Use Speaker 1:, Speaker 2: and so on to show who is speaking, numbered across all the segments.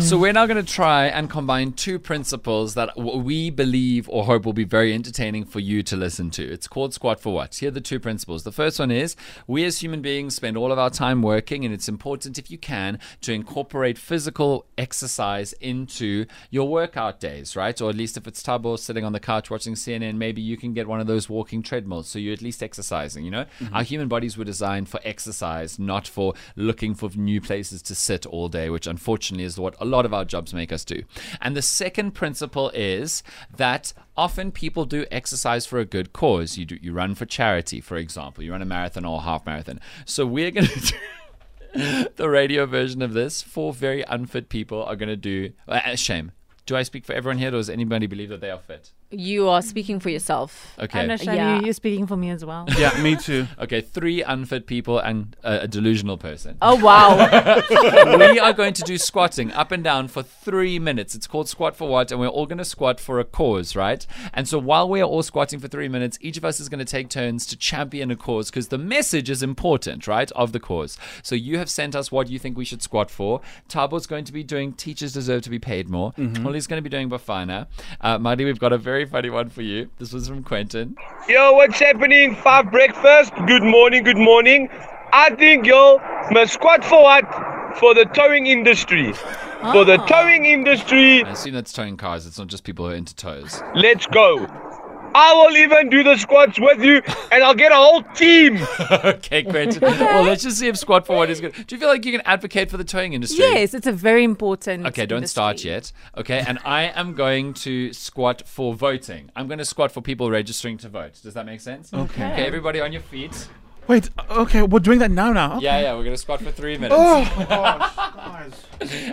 Speaker 1: So we're now going to try and combine two principles that w- we believe or hope will be very entertaining for you to listen to. It's called Squat for What. Here are the two principles. The first one is we as human beings spend all of our time working, and it's important if you can to incorporate physical exercise into your workout days, right? Or at least if it's tub or sitting on the couch watching CNN, maybe you can get one of those walking treadmills, so you're at least exercising. You know, our human bodies were designed for exercise, not for looking for new places to sit all day, which unfortunately is what a lot of our jobs make us do. And the second principle is that often people do exercise for a good cause. You do you run for charity, for example. You run a marathon or a half marathon. So we're gonna do the radio version of this. Four very unfit people are gonna do uh, shame. Do I speak for everyone here, or does anybody believe that they are fit?
Speaker 2: You are speaking for yourself.
Speaker 1: Okay.
Speaker 3: Shani,
Speaker 2: Yeah.
Speaker 3: you're speaking for me as well.
Speaker 4: Yeah, me too.
Speaker 1: Okay, three unfit people and uh, a delusional person.
Speaker 2: Oh wow!
Speaker 1: we are going to do squatting up and down for three minutes. It's called squat for what, and we're all going to squat for a cause, right? And so while we are all squatting for three minutes, each of us is going to take turns to champion a cause because the message is important, right, of the cause. So you have sent us what you think we should squat for. Tabo's going to be doing teachers deserve to be paid more. Molly's going to be doing Bafana. Uh, Marty, we've got a very funny one for you. This was from Quentin.
Speaker 5: Yo, what's happening? Five breakfast. Good morning, good morning. I think yo must squat for what? For the towing industry. For the towing industry,
Speaker 1: I assume that's towing cars. It's not just people who are into tows.
Speaker 5: let's go. I will even do the squats with you and I'll get a whole team.
Speaker 1: Okay, Quentin. Well, let's just see if squat for what is good. Do you feel like you can advocate for the towing industry?
Speaker 3: Yes, it's a very important.
Speaker 1: Okay, don't start
Speaker 3: industry.
Speaker 1: yet. Okay, and I am going to squat for voting. I'm going to squat for people registering to vote. Does that make sense? Okay. Okay, everybody on your feet.
Speaker 4: Wait, okay, we're doing that now now. Oh,
Speaker 1: Yeah, yeah, we're going to squat for three minutes.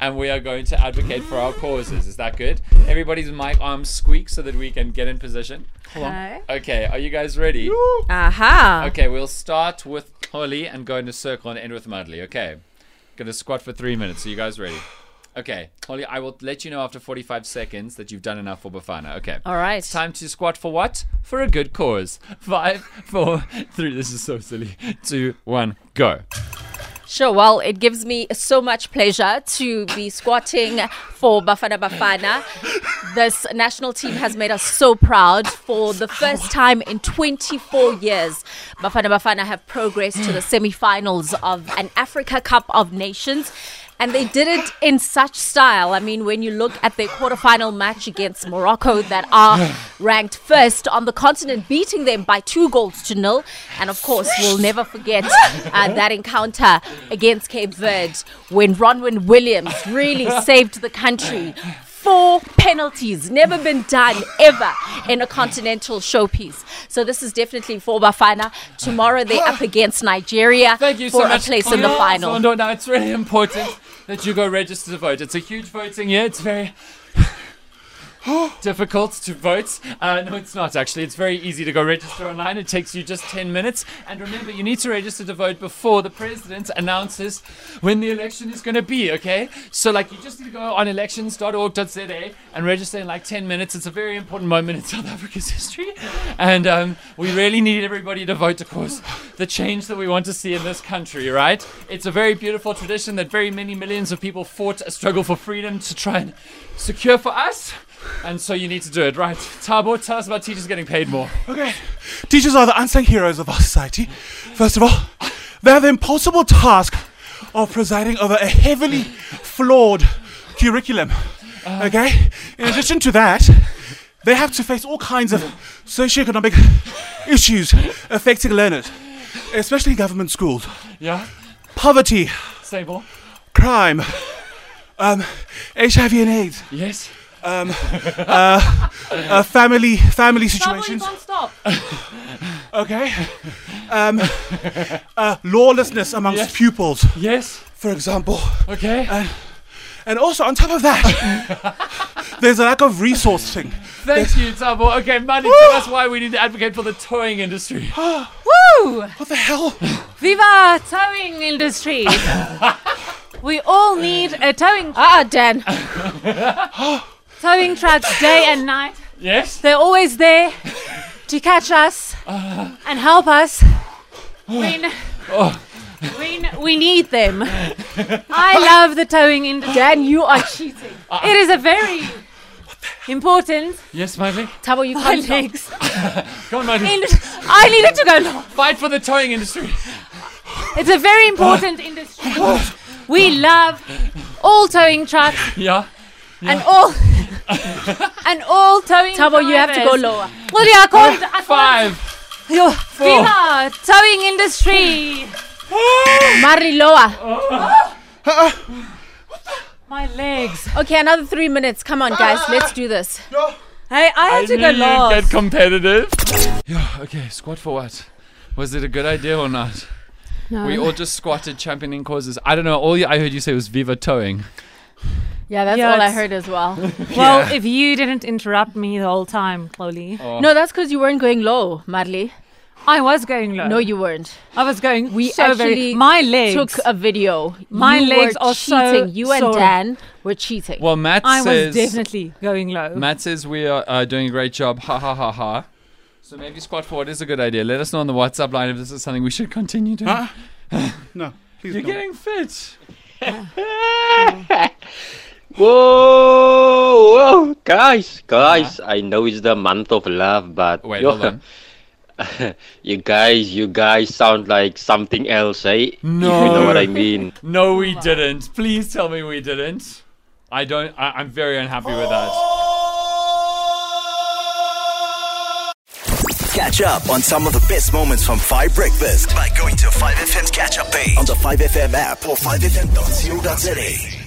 Speaker 1: And we are going to advocate for our causes. Is that good? Everybody's mic arms squeak so that we can get in position.
Speaker 3: Okay.
Speaker 1: Okay, are you guys ready?
Speaker 2: Aha!
Speaker 1: Okay, we'll start with Holly and go in a circle and end with Mudley. Okay. Gonna squat for three minutes. Are you guys ready? Okay. Holly, I will let you know after 45 seconds that you've done enough for Bafana. Okay.
Speaker 2: All right.
Speaker 1: It's time to squat for what? For a good cause. Five, four, three. This is so silly. Two, one, go.
Speaker 2: Sure. Well, it gives me so much pleasure to be squatting for Bafana Bafana. This national team has made us so proud for the first time in 24 years. Bafana Bafana have progressed to the semi-finals of an Africa Cup of Nations. And they did it in such style. I mean, when you look at their quarterfinal match against Morocco, that are ranked first on the continent, beating them by two goals to nil. And of course, we'll never forget uh, that encounter against Cape Verde when Ronwin Williams really saved the country. Four penalties, never been done ever in a continental showpiece. So this is definitely for Bafana. Tomorrow they're up against Nigeria
Speaker 1: Thank you
Speaker 2: for
Speaker 1: so
Speaker 2: a
Speaker 1: much.
Speaker 2: place in the
Speaker 1: Holly.
Speaker 2: final.
Speaker 1: So, no, now it's really important that you go register to vote. It's a huge voting year. It's very difficult to vote. Uh, no, it's not actually. It's very easy to go register online. It takes you just 10 minutes. And remember, you need to register to vote before the president announces when the election is going to be, okay? So, like, you just need to go on elections.org.za and register in like 10 minutes. It's a very important moment in South Africa's history. And um, we really need everybody to vote to cause the change that we want to see in this country, right? It's a very beautiful tradition that very many millions of people fought a struggle for freedom to try and secure for us. And so you need to do it, right? Tabo, tell us about teachers getting paid more.
Speaker 4: Okay. Teachers are the unsung heroes of our society. First of all, they have the impossible task of presiding over a heavily flawed curriculum. Okay? In addition to that, they have to face all kinds of socioeconomic issues affecting learners, especially government schools.
Speaker 1: Yeah?
Speaker 4: Poverty,
Speaker 1: Sable?
Speaker 4: crime, um, HIV and AIDS,
Speaker 1: Yes?
Speaker 4: uh, family family
Speaker 3: Trouble
Speaker 4: situations.
Speaker 3: is on stop.
Speaker 4: Okay. Um, uh, lawlessness amongst
Speaker 1: Yes.
Speaker 4: pupils,
Speaker 1: Yes?
Speaker 4: for example.
Speaker 1: Okay.
Speaker 3: Uh,
Speaker 4: And also, on top of that, there's a lack of resourcing.
Speaker 1: Thank you, Tabo. Okay, Mandy, tell us why we need to advocate for the towing industry.
Speaker 3: Woo!
Speaker 4: What the hell?
Speaker 3: Viva towing industry. we all need a towing
Speaker 2: Ah, Dan.
Speaker 3: towing trucks day and night.
Speaker 1: Yes?
Speaker 3: They're always there
Speaker 1: Oh.
Speaker 3: to catch us and help us when We, n- we need them. I love the towing industry.
Speaker 2: Dan, you are cheating.
Speaker 3: It is a very important
Speaker 1: Yes, Maverick.
Speaker 2: Tabo, you can't talk.
Speaker 3: legs.
Speaker 1: Go on, Maverick.
Speaker 3: I needed to go long.
Speaker 1: Fight for the towing industry.
Speaker 3: It's a very important industry. We love all towing trucks
Speaker 1: Yeah.
Speaker 3: and all and all towing.
Speaker 2: Tabo, you have to go
Speaker 3: drivers.
Speaker 2: lower.
Speaker 3: Well, yeah, I can't. I can't.
Speaker 1: Five. Four.
Speaker 3: Viva towing industry.
Speaker 2: Mari, lower.
Speaker 3: My legs.
Speaker 2: Okay, another three minutes. Come on, guys. Let's do this.
Speaker 3: Hey, I had to
Speaker 1: I
Speaker 3: go
Speaker 1: knew you'd
Speaker 3: long.
Speaker 1: get competitive. Yeah, okay, squat for what? Was it a good idea or not? We all just squatted championing causes. I don't know. All you- I heard you say was Viva Towing.
Speaker 2: Yeah, that's
Speaker 3: Yeah,
Speaker 2: all I
Speaker 3: it's-
Speaker 2: heard as well.
Speaker 3: Well, if you didn't interrupt me the whole time, Chloe,
Speaker 1: Oh.
Speaker 2: No, that's because you weren't going low, Marley.
Speaker 3: I was going low.
Speaker 2: No, you weren't.
Speaker 3: I was going.
Speaker 2: We
Speaker 3: We so
Speaker 2: actually
Speaker 3: very, my legs.
Speaker 2: Took a video.
Speaker 3: My
Speaker 2: you
Speaker 3: legs
Speaker 2: were
Speaker 3: are so
Speaker 2: cheating. You and
Speaker 3: sore.
Speaker 2: Dan were cheating.
Speaker 1: Well, Matt
Speaker 3: I
Speaker 1: says
Speaker 3: was definitely going low.
Speaker 1: Matt says we are uh, doing a great job. Ha ha ha ha. So maybe squat forward is a good idea. Let us know on the WhatsApp line if this is something we should continue doing.
Speaker 4: Huh? No, please
Speaker 1: You're
Speaker 4: no.
Speaker 1: getting fit.
Speaker 6: Whoa, whoa, guys, guys! I know it's the month of love, but
Speaker 1: Wait,
Speaker 6: yo,
Speaker 1: hold on.
Speaker 6: you guys, you guys sound like something else, eh? If you
Speaker 1: No.
Speaker 6: know what I mean.
Speaker 1: No, we didn't. Please tell me we didn't. I don't. I, I'm very unhappy with that.
Speaker 7: Catch up on some of the best moments from 5 Breakfast by going to 5FM's catch up page on the 5FM app or 5FM.co.za.